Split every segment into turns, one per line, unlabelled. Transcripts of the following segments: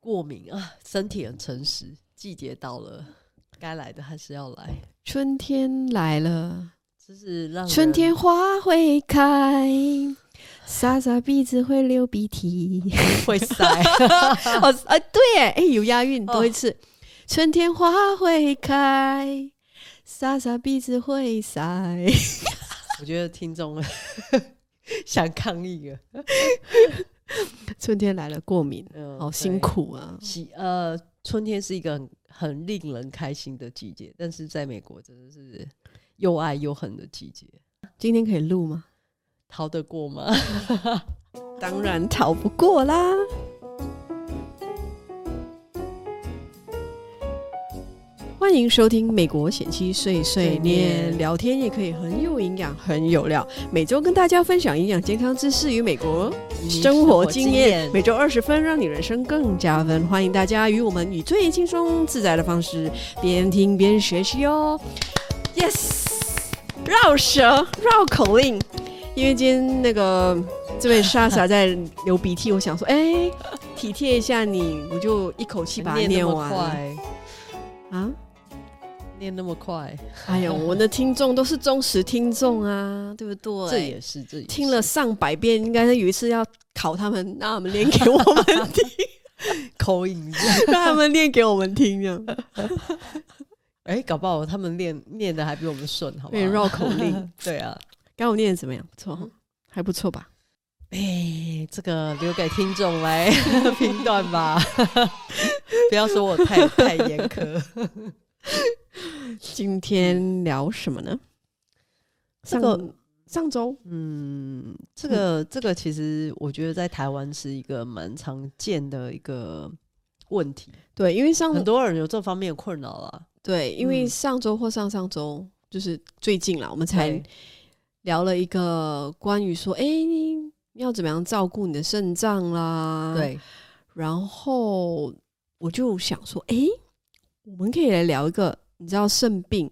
过敏啊，身体很诚实，季节到了，该来的还是要来，
春天来了，
就是让人
春天花会开，傻傻鼻子会流鼻涕。
会塞。
哦，啊，对耶，哎，有押韵，
哦
多一次。春天花会开，傻傻鼻子会晒。
我觉得听众 想抗议了，
春天来了，过敏，
嗯，
好
对
辛。苦啊！
喜呃，春天是一个很很令人开心的季节，但是在美国真的是又爱又恨的季节，
今天可以录吗？
逃得过 吗？
当然逃不过啦。欢迎收听《美国贤妻碎碎
碎
念》，
念
聊天也可以很有营养，很有料。每周跟大家分享营养健康知识与美国生活经验，每周二十分，让你人生更加分。欢迎大家与我们以最轻松自在的方式，边听边学习哦。Yes，绕舌绕口令，因为今天那个这位莎莎在流鼻涕，我想 说，哎、体贴一下你，我就一口气把它
念那
念
么
完
快，
啊。
念那么快，
哎呦，我的听众都是忠实听众啊，对不对？
这也是这也是
听了上百遍，应该是有一次要考他们，让他们念给我们听，
口音一下，
让他们念给我们听，这样
哎，搞不好他们念念的还比我们顺，好
有点
吗？
哎绕口 令。
对啊，
刚我念的怎么样？不错
嗯
哦，还不错吧？
哎，这个留给听众来 评断吧， 不要说我太太严苛。嗯
今天聊什么呢？
这
上
个
上周
嗯，这个这个其实我觉得在台湾是一个蛮常见的一个问题，
对，因为上
很多人有这方面的困扰啦。
对，因为
嗯
上周或上上周就是最近啦，我们才
对
聊了一个关于说，哎、你要怎么样照顾你的肾脏啦？，
对，
然后我就想说，哎、我们可以来聊一个，你知道肾病，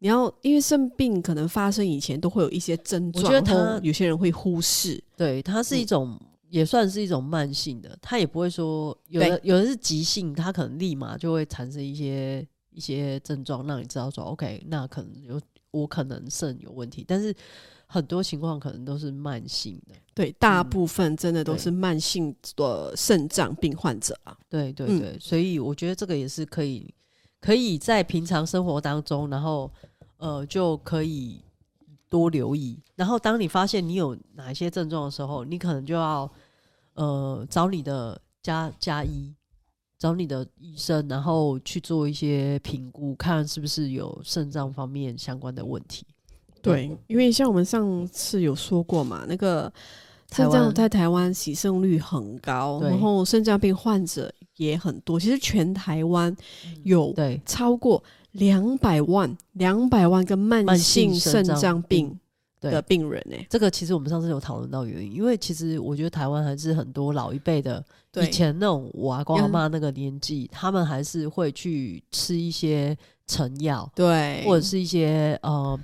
你要因为肾病可能发生以前都会有一些症
我
状，
觉得
然后
它
有些人会忽视，
对，它是一种、也算是一种慢性的，它也不会说有的有的是急性，它可能立马就会产生一些一些症状，让你知道说 OK，那可能有我可能肾有问题，但是很多情况可能都是慢性的。
对，大
嗯
部分真的都
对
是慢性的肾脏病患者啊。
对对
嗯
对，所以我觉得这个也是可以，可以在平常生活当中，然后呃就可以多留意。然后当你发现你有哪一些症状的时候，你可能就要呃找你的家家医，找你的医生，然后去做一些评估，看是不是有肾脏方面相关的问题。
对，因为像我们上次有说过嘛，那个
台
肾
湾
脏在台湾洗肾率很高，
对
然后肾脏病患者也很多。其实全台湾有
嗯对
超过两百万、两百万个慢
慢性
性肾
肾
脏
脏
病
病
的
对，
病人欸呢、
这个其实我们上次有讨论到原因，因为其实我觉得台湾还是很多老一辈的
对
以前那种我阿公阿
嗯
妈那个年纪，他们还是会去吃一些成药，
对，
或者是一些呃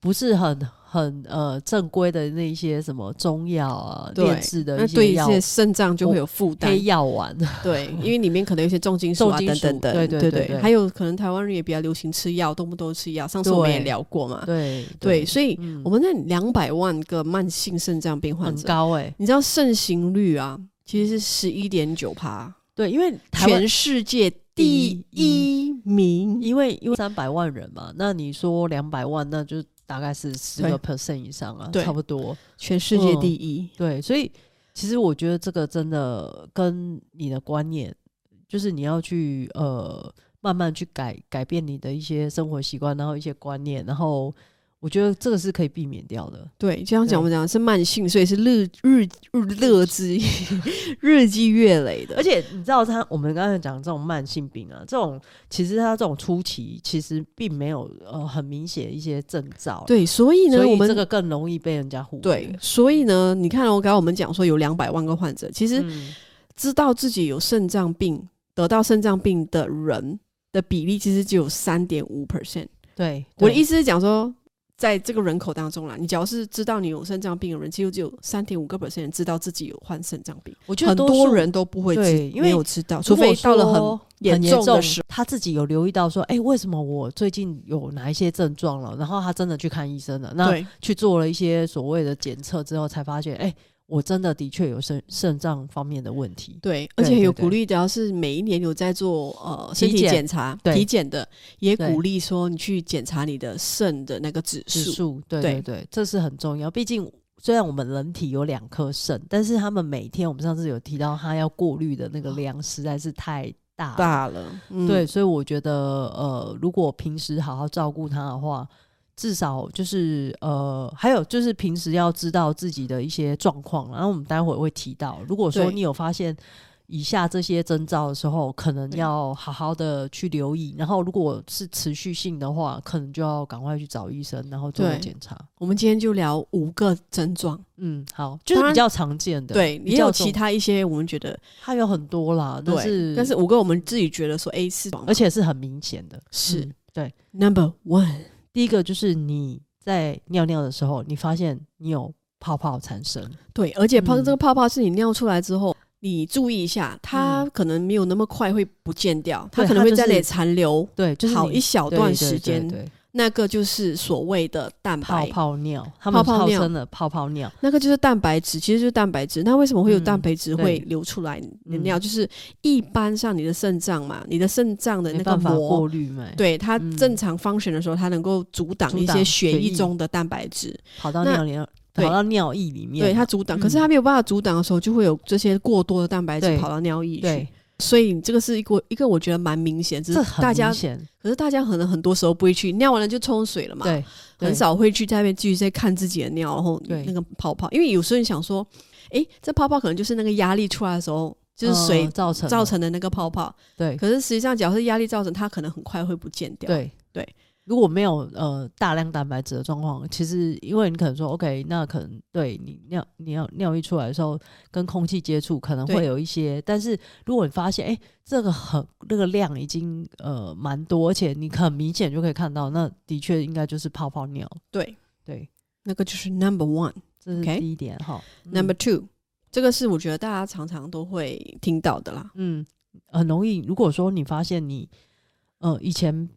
不是很很呃正规的那一些什么中药啊、
对
炼制的
那
一
对
些
一
药
些肾脏就会有负担
黑，药丸，
对，因为里面可能有一些重金属啊
重金
等
属
等等，
对
对
对对对
还有可能台湾人也比较流行吃药，动不动吃药。上次我们也
对
聊过嘛，
对
对，，所以
嗯
我们那两百万个慢性肾脏病患
很
者，
高哎、
你知道盛行率啊，其实是十一点九趴，
对，因为台湾
全世界第一名。
因为因为三百万人嘛，那你说两百万，那就大概是十个 percent 以上啊，
对
差不多。
全世
嗯
界第一，
对，所以其实我觉得这个真的跟你的观念，就是你要去呃慢慢去改改变你的一些生活习惯，然后一些观念，然后我觉得这个是可以避免掉的。
对，这样讲
对
我们讲的是慢性，所以是日日日乐之 日积月累的，
而且你知道他，我们刚才讲这种慢性病啊，这种其实它这种初期其实并没有呃很明显一些征兆，，
对，所以呢，
所
我
以
们
这个更容易被人家忽略。
对，所以呢，你看、哦，刚刚我们讲说有两百万个患者，其实
嗯，
知道自己有肾脏病、得到肾脏病的人的比例，其实只有三点五 percent。
对，
我的意
思
思是讲说，在这个人口当中啦，你只要是知道你有肾脏病的人，几乎只有三点五个 percent 人知道自己有患肾脏病，
我觉得
很
多
多
数
人都不会知
对，因为
没有知道，
如
除
果
非到了很
说哦
严
很
重的
重
时，
他自己有留意到说，哎、为什么我最近有哪一些症状了？然后他真的去看医生了，那
对
去做了一些所谓的检测之后，才发现，哎、我真的的确有肾肾脏方面的问题。
对，而
对
且有
对
鼓
对
励，只要是每一年有在做呃身体
体检
检查、
对
体检的，也
对
鼓励说你去检查你的肾的那个指
指
数。
数，对
对
对对，这是很重要。毕竟虽然我们人体有两颗肾，但是他们每天我们上次有提到，他要过滤的那
哦
个量实在是太大了。
大了，嗯
对，所以我觉得呃，如果平时好好照顾他的话，至少就是呃，还有就是平时要知道自己的一些状况，然后我们待会会提到，如果说
对
你有发现。以下这些征兆的时候，可能
对
要好好的去留意。然后，如果是持续性的话，可能就要赶快去找医生，然后做
对
检查。
我们今天就聊五个症状，
嗯，好，就是
当然
比较常见的，
对，
比
也有
较
其
重，
他一些我们觉得
它有很多啦，但
对，
是
但是五个我们自己觉得说 A 是爽嘛，
而且是很明显的。
是
嗯对，
Number One，
第一个就是你在尿尿的时候，你发现你有泡泡产生，
对，而且泡
嗯
这个泡泡是你尿出来之后，你注意一下，它
嗯
可能没有那么快会不见掉，它
对
可能
它
会
就
在那里
是
残留
对，就是
好
你
一小
对
段
对
时
对
间，
对
那个就是所谓的蛋
泡
白，
泡尿，他们
泡泡
号
尿
称的泡泡尿，
那个就是蛋白质，其实就是蛋白质。那为什么会有
嗯
蛋白质会
对
流出来？你的
嗯
尿就是一般上你的肾脏嘛，你的肾脏的
没
那个
办法
膜
过滤嘛，，
对它
嗯
正常 function 的时候，它能够阻挡
阻
一些
挡
血
血
液
液
中的蛋白质，
跑到
那
尿尿，跑
对
到尿液里面嘛，
对它阻挡。可是它没有办法阻挡的时候，就会有这些过多的蛋白
嗯
质
对
跑到尿液去
对。，
所以这个是一个一个我觉得蛮明显，只
这
是
很
大家
明显，
可是大家可能很多时候不会去尿完了就冲水了嘛，
对，对
很少会去在那边继续再看自己的尿，然后
对
那个泡泡，因为有时候你想说，诶，这泡泡可能就是那个压力出来的时候，就是水
呃造成
造
的，
成的那个泡泡，
对
可是实际上只要是压力造成，它可能很快会不见掉。
对
对。
如果没有呃大量蛋白质的状况，其实因为你可能说 OK，那可能对你尿你要尿一出来的时候，跟空气接触可能
对
会有一些，但是如果你发现哎、诶这个很那个量已经呃蛮多，而且你很明显就可以看到，那的确应该就是泡泡尿。
对，
对，
那个就是 number one、
这是
OK
第一点哈。嗯
number two，这个是我觉得大家常常都会听到的啦。
嗯，很容易。如果说你发现你，呃，以前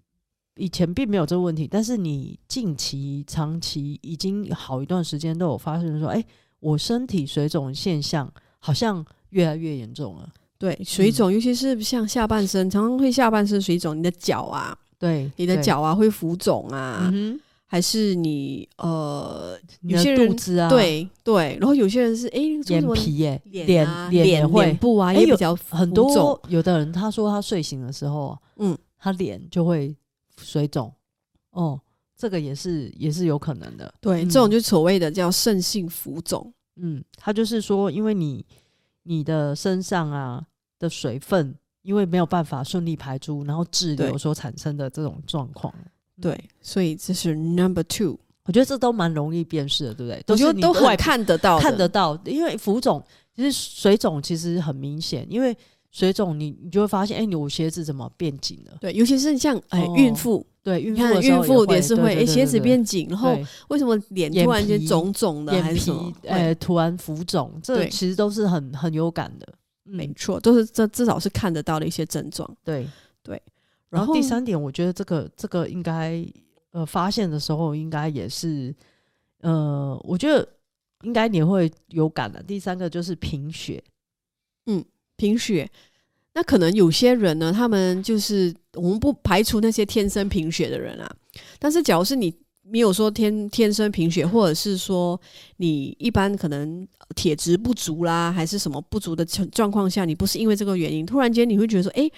以前并没有这个问题，但是你近期、长期已经好一段时间都有发现说，哎、我身体水肿现象好像越来越严重了。
对，水
嗯
肿，尤其是像下半身，常常会下半身水肿，你的脚啊，
对，
你的
对，
脚啊会浮肿啊，
嗯
还是你呃，
哼，你
有些
的
人
肚子啊，，
对对，然后有些人是哎，为什
眼
么
皮耶、
脸啊
脸也
脸
会
脸部啊
哎
也比
有
较浮
很
肿
多。有的人他说他睡醒的时候，
嗯
嗯，他脸就会水肿，哦，这个也是也是有可能的。
对，
嗯
这种就所谓的叫肾性浮肿。
嗯，它就是说，因为你你的身上啊的水分，因为没有办法顺利排出，然后滞
对
留所产生的这种状况，
对，所以这是 number two，
我觉得这都蛮容易辨识的，对不对？
我觉
是
得
你
都很
外
看得到的，
看得到，因为浮肿其实水肿其实很明显，因为水肿你你就会发现，哎、你我鞋子怎么变紧了？
对，尤其是像哎
哦
孕妇，
对，孕
你
妇
看
的时
孕
候
妇
也
也是会
会
哎鞋
对对对
子。
对
变紧，然后
对
为什么脸
眼
突然间
皮
肿肿的还
眼
是什么
皮？
哎，
呃突然浮肿，这
对
其实都是很很有感的。
没
嗯，
错，都是这至少是看得到的一些症状。
对。
然
然后
后
第三点，我觉得这个这个应该呃发现的时候，应该也是呃，我觉得应该你会有感的。第三个就是贫血，
贫血。那可能有些人呢，他们就是我们不排除那些天生贫血的人啊，但是假如是你没有说天天生贫血，或者是说你一般可能铁质不足啦，还是什么不足的情状况下，你不是因为这个原因，突然间你会觉得说，诶，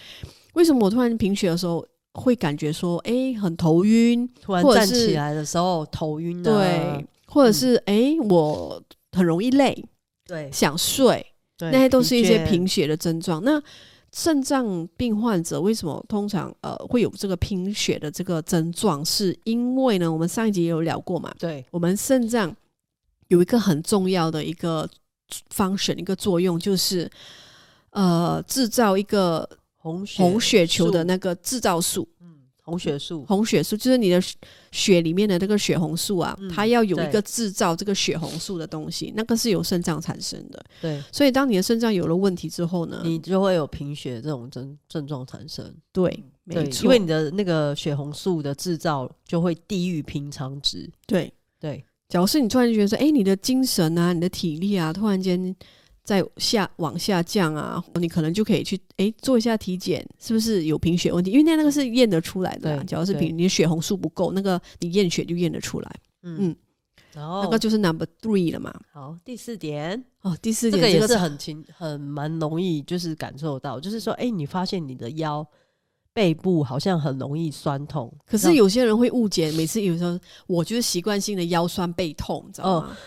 为什么我突然贫血的时候会感觉说，诶，很头晕，
突然
或者
站
是
起来的时候头晕
对，
啊，
或者是诶，我很容易累，
对
想睡，
对
那些都是一些
疲倦
贫血的症状。那肾脏病患者为什么通常呃会有这个贫血的这个症状？是因为呢，我们上一集也有聊过嘛，
对
我们肾脏有一个很重要的一个 function 一个作用，就是呃制造一个
红血
红血球的
素
那个制造素。
嗯红血素，
红血素就是你的血血里面的那个血红素啊，
嗯
它要有一
对
个制造这个血红素的东西，那个是由肾脏产生的。
对
所以当你的肾脏有了问题之后呢，
你就会有贫血这种症症状产生。
对，没
对，
错，
因为你的那个血红素的制造就会低于平常值。
对，
对，
假如是你突然觉得说，哎、你的精神啊，你的体力啊，突然间在下往下降啊，你可能就可以去哎、诶做一下体检，是不是有贫血问题？因为那那个是验得出来的、啊，
对
只要是
对
贫你的血红素不够，那个你验血就验得出来，
嗯
嗯，
然后
那个就是 number three 了嘛。
好，第四点，
哦，第四
这个
点
也
这
是很勤很蛮容易就是感受到，就是说，哎、你发现你的腰。背部好像很容易酸痛，
可
那
是有些人会误解，每次有时候我就是习惯性的腰酸背痛，你知道吗？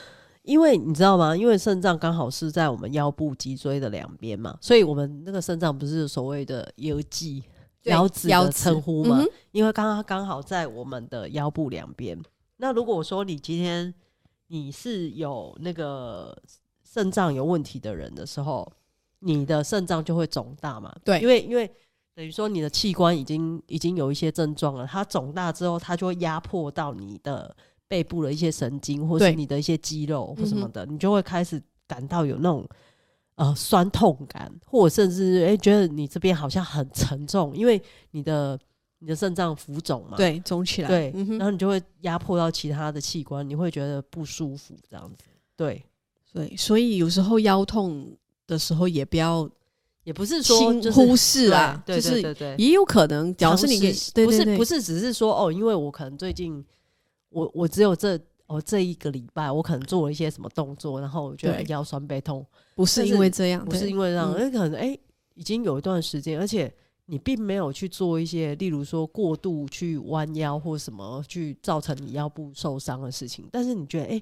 因为你知道吗？因为肾脏刚好是在我们腰部脊椎的两边嘛，所以我们那个肾脏不是所谓的腰肌、
对
腰子
腰
的
子
称哦呼嘛？
嗯哼
因为刚刚刚好在我们的腰部两边。那如果说你今天你是有那个肾脏有问题的人的时候，你的肾脏就会肿大嘛？
对
因为因为等于说你的器官已经已经有一些症状了，它肿大之后，它就会压迫到你的背部的一些神经，或是
对
你的一些肌肉或什么
嗯哼
的，你就会开始感到有那种呃酸痛感，或者甚至哎、诶觉得你这边好像很沉重，因为你的你的肾脏浮肿嘛，
对，肿起来，
对，
嗯
然
哼，
后你就会压迫到其他的器官，你会觉得不舒服这样子，对。
对，所以有时候腰痛的时候也不要
也不是说
轻
就是
忽视啊，
对对
就
对
是
对对，
也有可能，假如
尝
是你
试
给对
不
对
是
对
不是只是说哦，因为我可能最近我我只有这哦这一个礼拜，我可能做了一些什么动作，然后我觉得
对
腰酸背痛，
不是
但
因
是
为这样，
不是
对
因为这样，
嗯
那、可能哎、已经有一段时间，而且你并没有去做一些，例如说过度去弯腰或什么去造成你腰部受伤的事情，但是你觉得哎、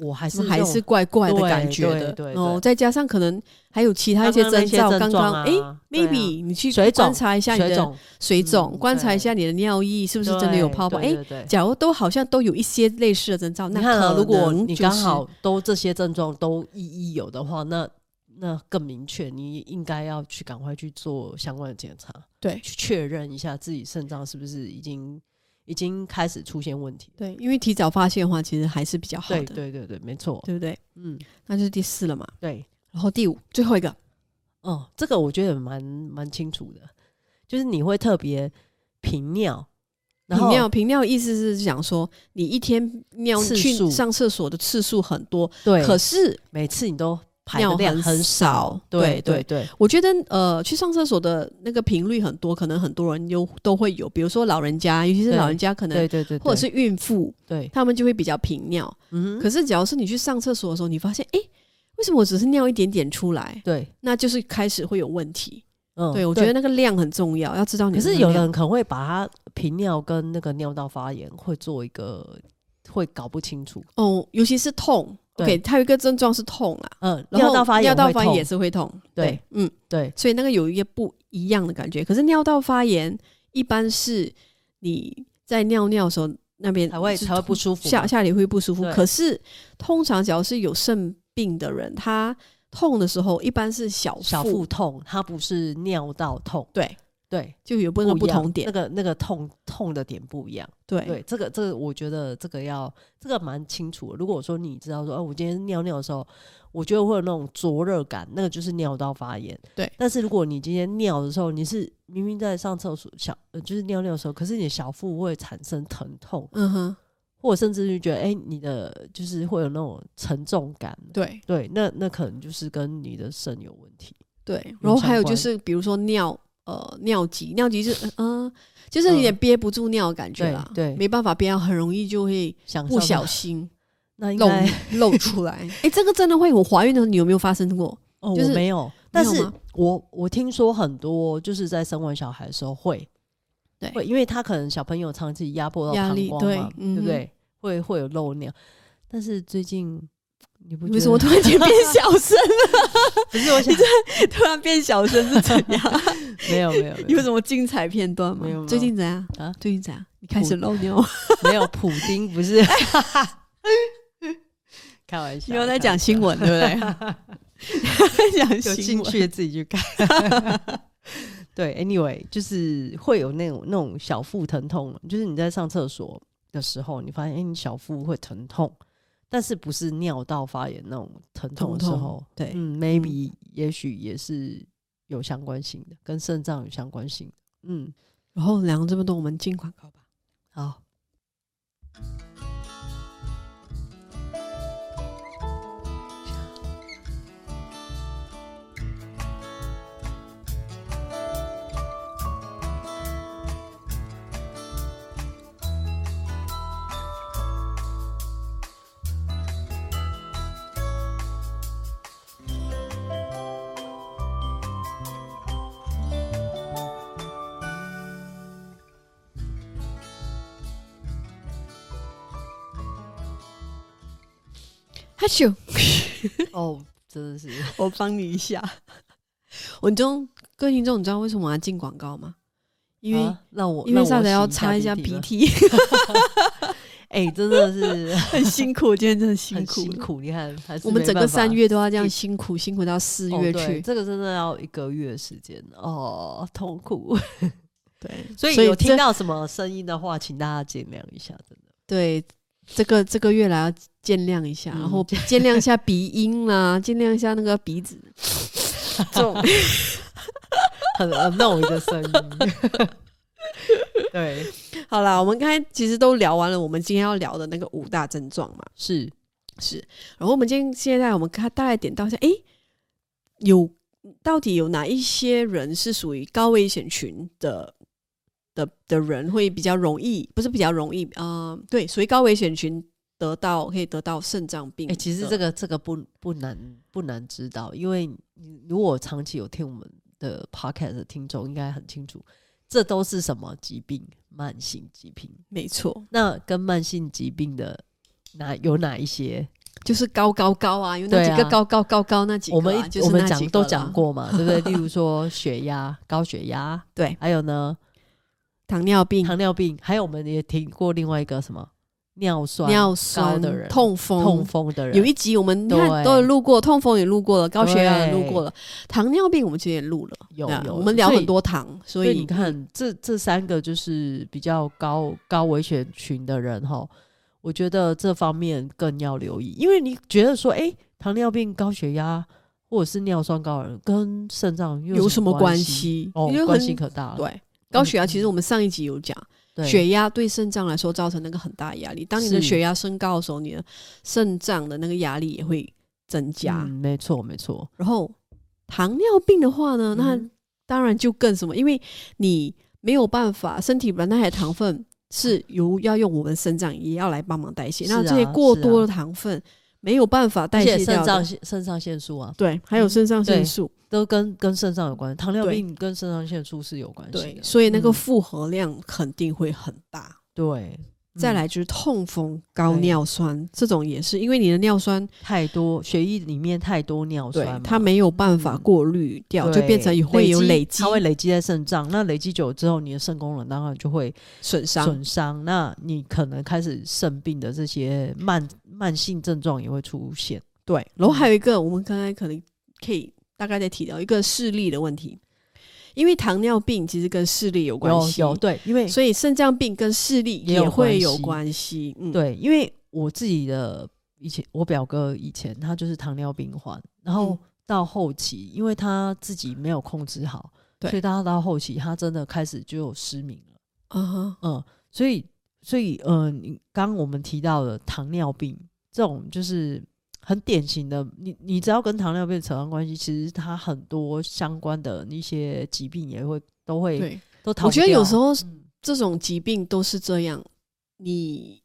我还是
怎么还
这种
是怪怪的
对
感觉
对
的
对
哦
对，
再加上可能还有其他一些
刚刚那些
兆，刚
症状
刚
啊
哎
对啊
，maybe 你去
水肿
观察一下你
水
的
肿
水肿，
嗯
观察一
对
下你的尿液是不是真的有泡泡，
对
哎
对，对
假如都好像都有一些类似的征兆，那
你看、啊，
可
如果
能
你
就是
刚好都这些症状都一一有的话，那那更明确，你应该要去赶快去做相关的检查，
对
去确认一下自己肾脏是不是已经已经开始出现问题。
对，因为提早发现的话，其实还是比较好
对
的，
对对对，没错，
对不对？
嗯，
那就是第四了嘛。
对，
然后第五，最后一个，
哦，这个我觉得蛮蛮清楚的，就是你会特别频尿，然
频
后
尿，频尿意思是讲说你一天尿
次
去
数
上厕所的次数很多，
对，
可是
每次你都排
尿
的量
很少
少，对
对对
对对，
我觉得呃，去上厕所的那个频率很多，可能很多人有都会有，比如说老人家，尤其是
对
老人家可能
对对对，
或者是孕妇，
对，
他们就会比较频尿。
嗯哼，
可是只要是你去上厕所的时候，你发现哎，诶为什么我只是尿一点点出来？
对，
那就是开始会有问题。
嗯，
对，我觉得那个量很重要，要知道你
可
的
是
量。
有的人可能会把它频尿跟那个尿道发炎会做一个会搞不清楚，
哦，尤其是痛。
对
OK，它有一个症状是痛啊啦，
嗯，
然后
道发炎
尿道
会
发
痛
炎也是会痛。
对，
嗯，
对
所以那个有一个不一样的感觉。可是尿道发炎一般是你在尿尿的时候那边
才会
是
才会不舒服
下
嘛
下里会不舒服。
对
可是通常只要是有肾病的人，他痛的时候一般是小腹，
小腹痛，它不是尿道痛，
对，
对，
就有不同
一
不
样
同点
那。个那个痛痛的点不一样。
对
对，这个这个我觉得这个要这个蛮清楚的。如果说你知道说，哦，我今天尿尿的时候，我觉得会有那种灼热感，那个就是尿道发炎。
对
但是如果你今天尿的时候，你是明明在上厕所小、呃就是尿尿的时候，可是你的小腹会产生疼痛，
嗯哼，
或者甚至就觉得，哎、你的就是会有那种沉重感。
对
对，那那可能就是跟你的肾有问题。
对。然后还有
相关
就是比如说尿。呃，尿急，尿急就是，嗯、呃就是有点憋不住尿的感觉啦，
对对
没办法憋，很容易就会
想
不
上
小
厕
心
那应
露
该
露出来。 哎、这个真的会，我怀孕的时候你有没有发生过？
哦，
就是
我没有，但
有
是
吗
我我听说很多就是在生完小孩的时候会，
对
会，因为他可能小朋友长期压迫到
压
膀
力
胱
对
嘛，
嗯
不
哼
对？会会有漏尿，但是最近你不
你
觉
为
得
什么突然间变小声？
不是我想
突然变小声是怎 样？
没有没有没
有
有
什么精彩片段吗
没有？吗
最近怎样
啊
最近怎样？你开始漏尿？
没有普丁不是，开玩笑，
你又在
开
讲
玩
新
笑。
闻，对不对？在讲
有
新
兴
闻。
趣的自己去看。 对，anyway，就是会有那种那种小腹疼痛，就是你在上厕所的时候，你发现哎、诶你小腹会疼痛，但是不是尿道发炎那种疼痛的时
疼痛
候，
对
嗯，maybe 也许也是有相关性的，跟肾脏有相关性的，嗯，
然后聊这么多，我们进广告吧。
好。
哈咻，
哦，真的是，
我帮你一下。文中，各位听众，你知道为什么我要进广告吗？因为、
啊让我
因为萨
上
德
来
要擦一下鼻
鼻涕
涕，
了，哎、真的是
很辛苦，今天真的
很
辛苦
辛。苦，你看，还是
我们
没
整个
办法
三月都要这样辛苦，辛苦到四
哦
月
对
去。
这个真的要一个月时间哦，痛苦。
对，
所以有听到什么声音的话，请大家见谅一下，真的。
对，这个这个月来要见谅一下，
嗯
然后见谅一下鼻音啦，见谅一下那个鼻子这种。
很 annoy 的声音。对，
好啦，我们刚才其实都聊完了，我们今天要聊的那个五大症状嘛，
是
是。然后我们今天现在我们看大概点到一下，诶，有到底有哪一些人是属于高危险群的？的的人会比较容易，不是比较容易，呃，对，属于高危险群得到可以得到肾脏病
哎、
的。
其实这个这个不不难不难知道，因为你如果长期有听我们的 podcast 的听众，应该很清楚，这都是什么疾病？慢性疾病。
没错，
那跟慢性疾病的哪有哪一些？
就是高高高啊，有那
对
几
啊
个高高高高那几个啊、
我们
就是
我们
那
讲
几个
都
啦
讲过嘛，对不 对？例如说血压、高血压，
对
还有呢
糖尿病、
糖尿病，还有我们也听过另外一个什么尿酸、
尿
高
酸
的人
痛风、
痛风的人，
有一集我们你看
对
都有录过，痛风也录过了，高血压也
对
录过了，糖尿病我们其实也录了，
有
对啊
有，
我们聊
所以
很。多糖，所
所
以
以你看，这这三个就是比较高高危险群的人哈，我觉得这方面更要留意，因为你觉得说，哎、糖尿病、高血压或者是尿酸高的人跟肾脏又
有什么
关
关？系？
哦
因为，
关
很
系可大了。
对。高血压其实我们上一集有讲，
对
血压对肾脏来说造成那个很大压力。当你的
是
血压升高的时候，你的肾脏的那个压力也会增加。
嗯、没错没错。
然后糖尿病的话呢，那
嗯
当然就更什么，因为你没有办法，身体本来那些糖分是由要用我们肾脏也要来帮忙代谢，
是啊
那这些过多的糖分没有办法代
而且
谢
肾
掉
脏
的，
腺肾上腺素啊，
对，还有肾上腺
对
素，
都跟跟肾脏有关，糖尿
对
病跟肾上腺素是有关系
对
的，。
所以那个
嗯
负荷量肯定会很大。
对，嗯
再来就是痛风、高
对
尿酸这种也是，因为你的尿酸
太多血液里面太多尿
对
酸嘛，
它没有办法
嗯
过滤掉，就
对
变成也会有累积
它会累积在肾脏。那累积久了之后，你的肾功能当然就会
损伤。
损伤，那你可能开始肾病的这些慢慢性症状也会出现。
对，然后还有一个，我们刚才可能可以大概再提到一个视力的问题，因为糖尿病其实跟视力有关
有
系，
有对，因为
所以肾脏病跟视力
也有
也会
关
有
系
关系。嗯，，
对，因为我自己的以前，我表哥以前他就是糖尿病患，然后
嗯
到后期，因为他自己没有控制好，
对
所以他到后期他真的开始就有失明了。
啊哈，
嗯，所以所以嗯，你刚刚我们提到的糖尿病这种就是很典型的，你你只要跟糖尿病扯上关系，其实它很多相关的一些疾病也会都会
对，
都逃
我
不
觉得有
掉
时候
嗯
这种疾病都是这样，你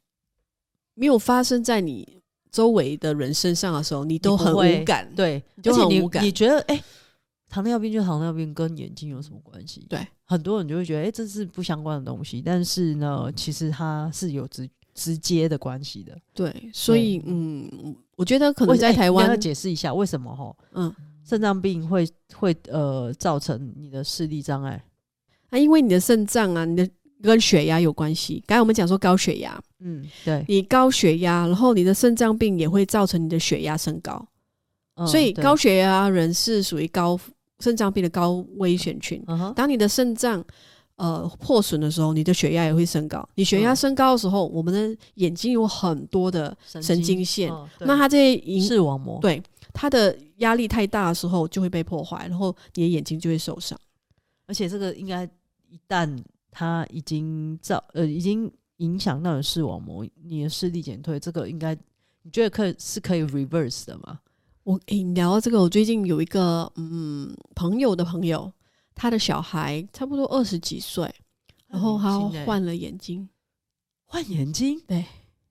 没有发生在你周围的人身上的时候，你都
不
很
会
无感。
对，
就
而且
很
你
无感
你觉得哎、糖尿病就糖尿病跟眼睛有什么关系？
对，
很多人就会觉得哎、这是不相关的东西，但是呢，其实它是有直直接的关系的。
对，所以嗯，我觉得可能
为
在
哎
台
你要
湾，
解释一下为什么吼
嗯，
肾脏病会会呃造成你的视力障碍？
那啊因为你的肾脏啊，你的跟血压有关系。刚才我们讲说高血压，
嗯，对，
你高血压，然后你的肾脏病也会造成你的血压升高，
嗯
所以
对
高血压人是属于高肾脏病的高危险群。
嗯哼，
当你的肾脏呃破损的时候，你的血压也会升高。你血压
嗯
升高的时候，我们的眼睛有很多的神经线，
哦对
那它这些影
视网膜，
对它的压力太大的时候就会被破坏，然后你的眼睛就会受伤。
而且这个应该一旦它已经造呃已经影响到你的视网膜，你的视力减退，这个应该你觉得可以是可以 reverse 的吗？
我诶、你聊到这个，我最近有一个嗯朋友的朋友，他的小孩差不多二十几岁，然后他
很年轻欸
哦换了眼睛，
换眼睛，
对，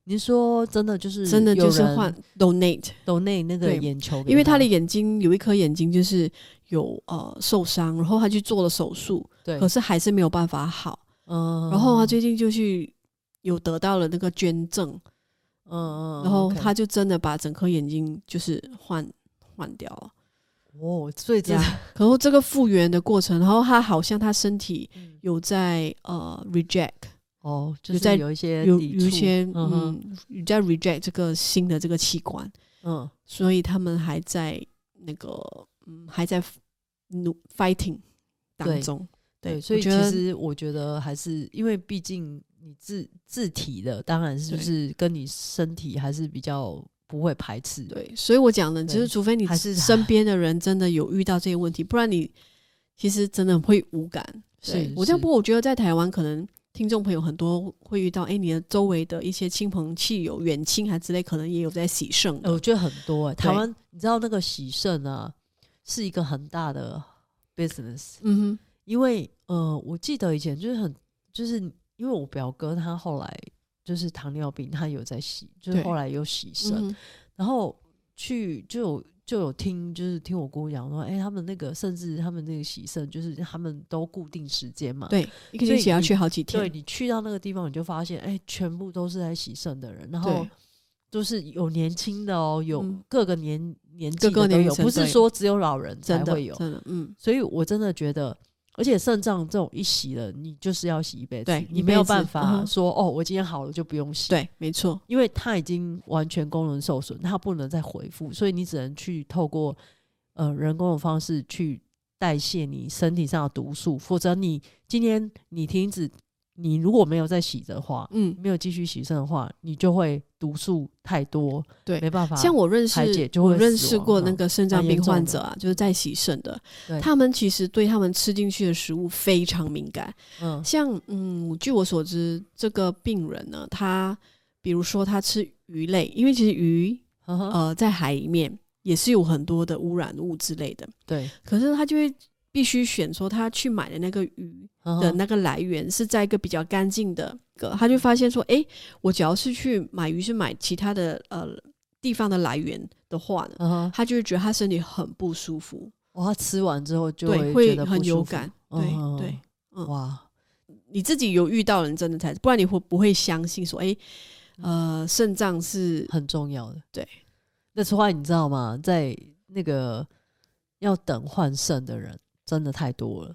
您说真的就是
真的就是换 donate，
抖内那个
对
眼球给，
因为他的眼睛有一颗眼睛就是有呃受伤，然后他去做了手术，
对
可，是还是没有办法好，
嗯
然后他最近就去有得到了那个捐赠，
嗯嗯，
然后
OK
他就真的把整颗眼睛就是换换掉了。
哦，所以这
呀然后这个复原的过程，然后他好像他身体
嗯
有在呃 reject，
哦，就
有在
是有一些
有有
抵
一
触
些
嗯哼
嗯有在 reject 这个新的这个器官，
嗯
所以他们还在那个嗯还在努 fighting 当
对
中。
对，
我
所以
觉
其
得
实我觉得还是因为毕竟你自自体的，当然是
对
是跟你身体还是比较不会排斥。，
对，所以我讲的就是，
对
除非你
还是
身边的人真的有遇到这些问题，不然你其实真的会无感。对
是
我这样，
是
不过我觉得在台湾可能听众朋友很多会遇到，哎，你的周围的一些亲朋戚友、远亲还之类，可能也有在洗肾的。
呃，我觉得很多、欸、台
对
湾，你知道那个喜盛啊，是一个很大的 business，
嗯
因为呃，我记得以前就是很就是因为我表哥他后来就是糖尿病，他有在洗，就是啊
对
后来有洗
哼，
肾，
嗯哼
然后去就有就有听，就是听我姑讲说，哎、他们那个甚至他们那个洗肾，就是他们都固定时间嘛。
对，一个
所
星
以
期要
你
去好几
对，
天。
你去到那个地方，你就发现，哎、全部都是在洗肾的人，然后
对，
就是有年轻的哦，有
嗯
各个年、年纪
各个
的都
年龄
有，
层
不是
对
说只有老人才
真的
会有。
真的，嗯，
所以我真的觉得，而且肾脏这种一洗了，你就是要洗一辈子，
对
你
一
没有
辈子
办
嗯
法
哼
说、哦，我今天好了就不用洗。
对，没错，
因为它已经完全功能受损，它不能再恢复，所以你只能去透过呃人工的方式去代谢你身体上的毒素，否则你今天你停止，你如果没有再洗的话，
嗯，
没有继续洗肾的话，你就会毒素太多，
对
没办法。
像我认
排解
识，
就
我
会
认
死
识
亡
过
哈
那个肾脏
蛮严
病患
重的
者啊，就是在洗肾的
对，
他们其实对他们吃进去的食物非常敏感。
嗯
像嗯，据我所知，这个病人呢，他比如说他吃鱼类，因为其实鱼
呵呵
呃在海里面也是有很多的污染物之类的，
对
可是他就会必须选说他去买的那个鱼
呵
嗯的
呵
那个来源是在一个比较干净的一个，他就发现说，诶，我只要是去买鱼是买其他的呃地方的来源的话呢，
呵呵，
他就会觉得他身体很不舒服，
嗯哇，它吃完之后就
对，
觉
会
得
很
不
有
舒服
感，，
嗯
对对。嗯
哇，
你自己有遇到人真的才，不然你会不会相信说，哎、呃，肾脏是
很重要的。
对，
那此外你知道吗？在那个要等换肾的人真的太多了，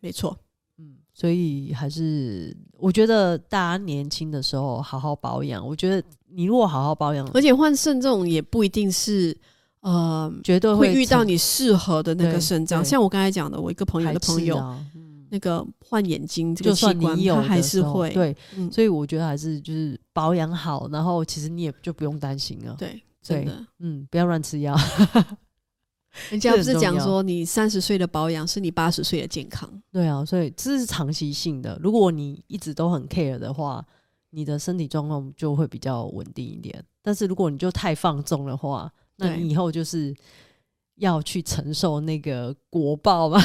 没错，
嗯，所以还是我觉得大家年轻的时候好好保养。我觉得你如果好好保养，
而且换肾这种也不一定是呃
绝对
会遇到
成
你适合的那
对
个肾脏，
对
像我刚才讲的，我一个朋友
排
的朋
斥
友，
啊嗯，
那个换眼睛这
就
个器
算
官，
你有
他
的
还是
时候
会，
对，
嗯，
所以我觉得还是就是保养好，然后其实你也就不用担心了。，
对，真的，
嗯，不要乱吃药。
人家不
这
是
很重
讲
要
说你三十岁的保养是你八十岁的健康，
对啊，所以这是长期性的。如果你一直都很 care 的话，你的身体状况就会比较稳定一点。但是如果你就太放纵的话，那
对
你以后就是要去承受那个国报 嘛。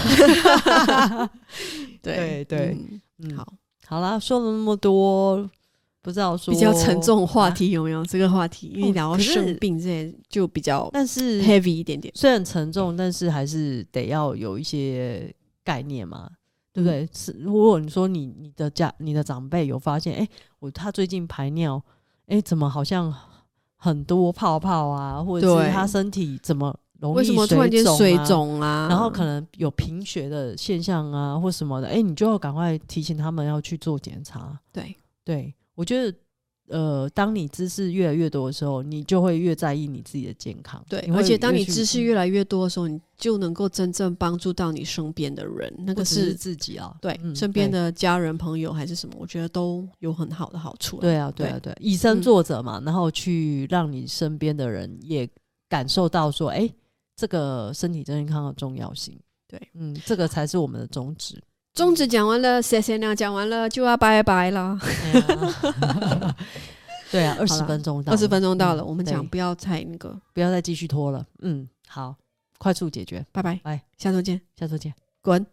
对对
嗯
嗯，
好，
好啦，说了那么多，不知道说
比较沉，重的话
啊
题有没有？这个话题，因为
哦
聊到
可是
生病这些就比较
但是
heavy 一点点。
虽然沉重，但是还是得要有一些概念嘛，对不
嗯
对？是如果你说你你的家你的长辈有发现，哎、我他最近排尿，哎、怎么好像很多泡泡啊，或者
对
是他身体怎么容易、
为什么突然间水、肿啊？
然后可能有贫血的现象啊，或什么的，哎、你就要赶快提醒他们要去做检查。
对
对我觉得呃，当你知识越来越多的时候，你就会越在意你自己的健康。
对，
会
而且当你
去嗯
知识越来越多的时候，你就能够真正帮助到你身边的人，那
不
个
只是
是
自己啊，
对
嗯
身边的家人、朋友还是什么，我觉得都有很好的好处。
对啊，对啊，对啊，以身
嗯
作则嘛，然后去让你身边的人也感受到说，哎、这个身体健康的重要性。
对，
嗯，这个才是我们的宗旨。
宗旨讲完了，谢谢你啊，讲完了就要拜拜啦。
哎呀 对啊，二
好
十
啦
分钟到了，
二十分钟到了，
嗯
我们
对
讲不要太那个，
不要再继续拖了。嗯，好，快速解决，
拜拜，
拜，
下周见，
下周见。
滚。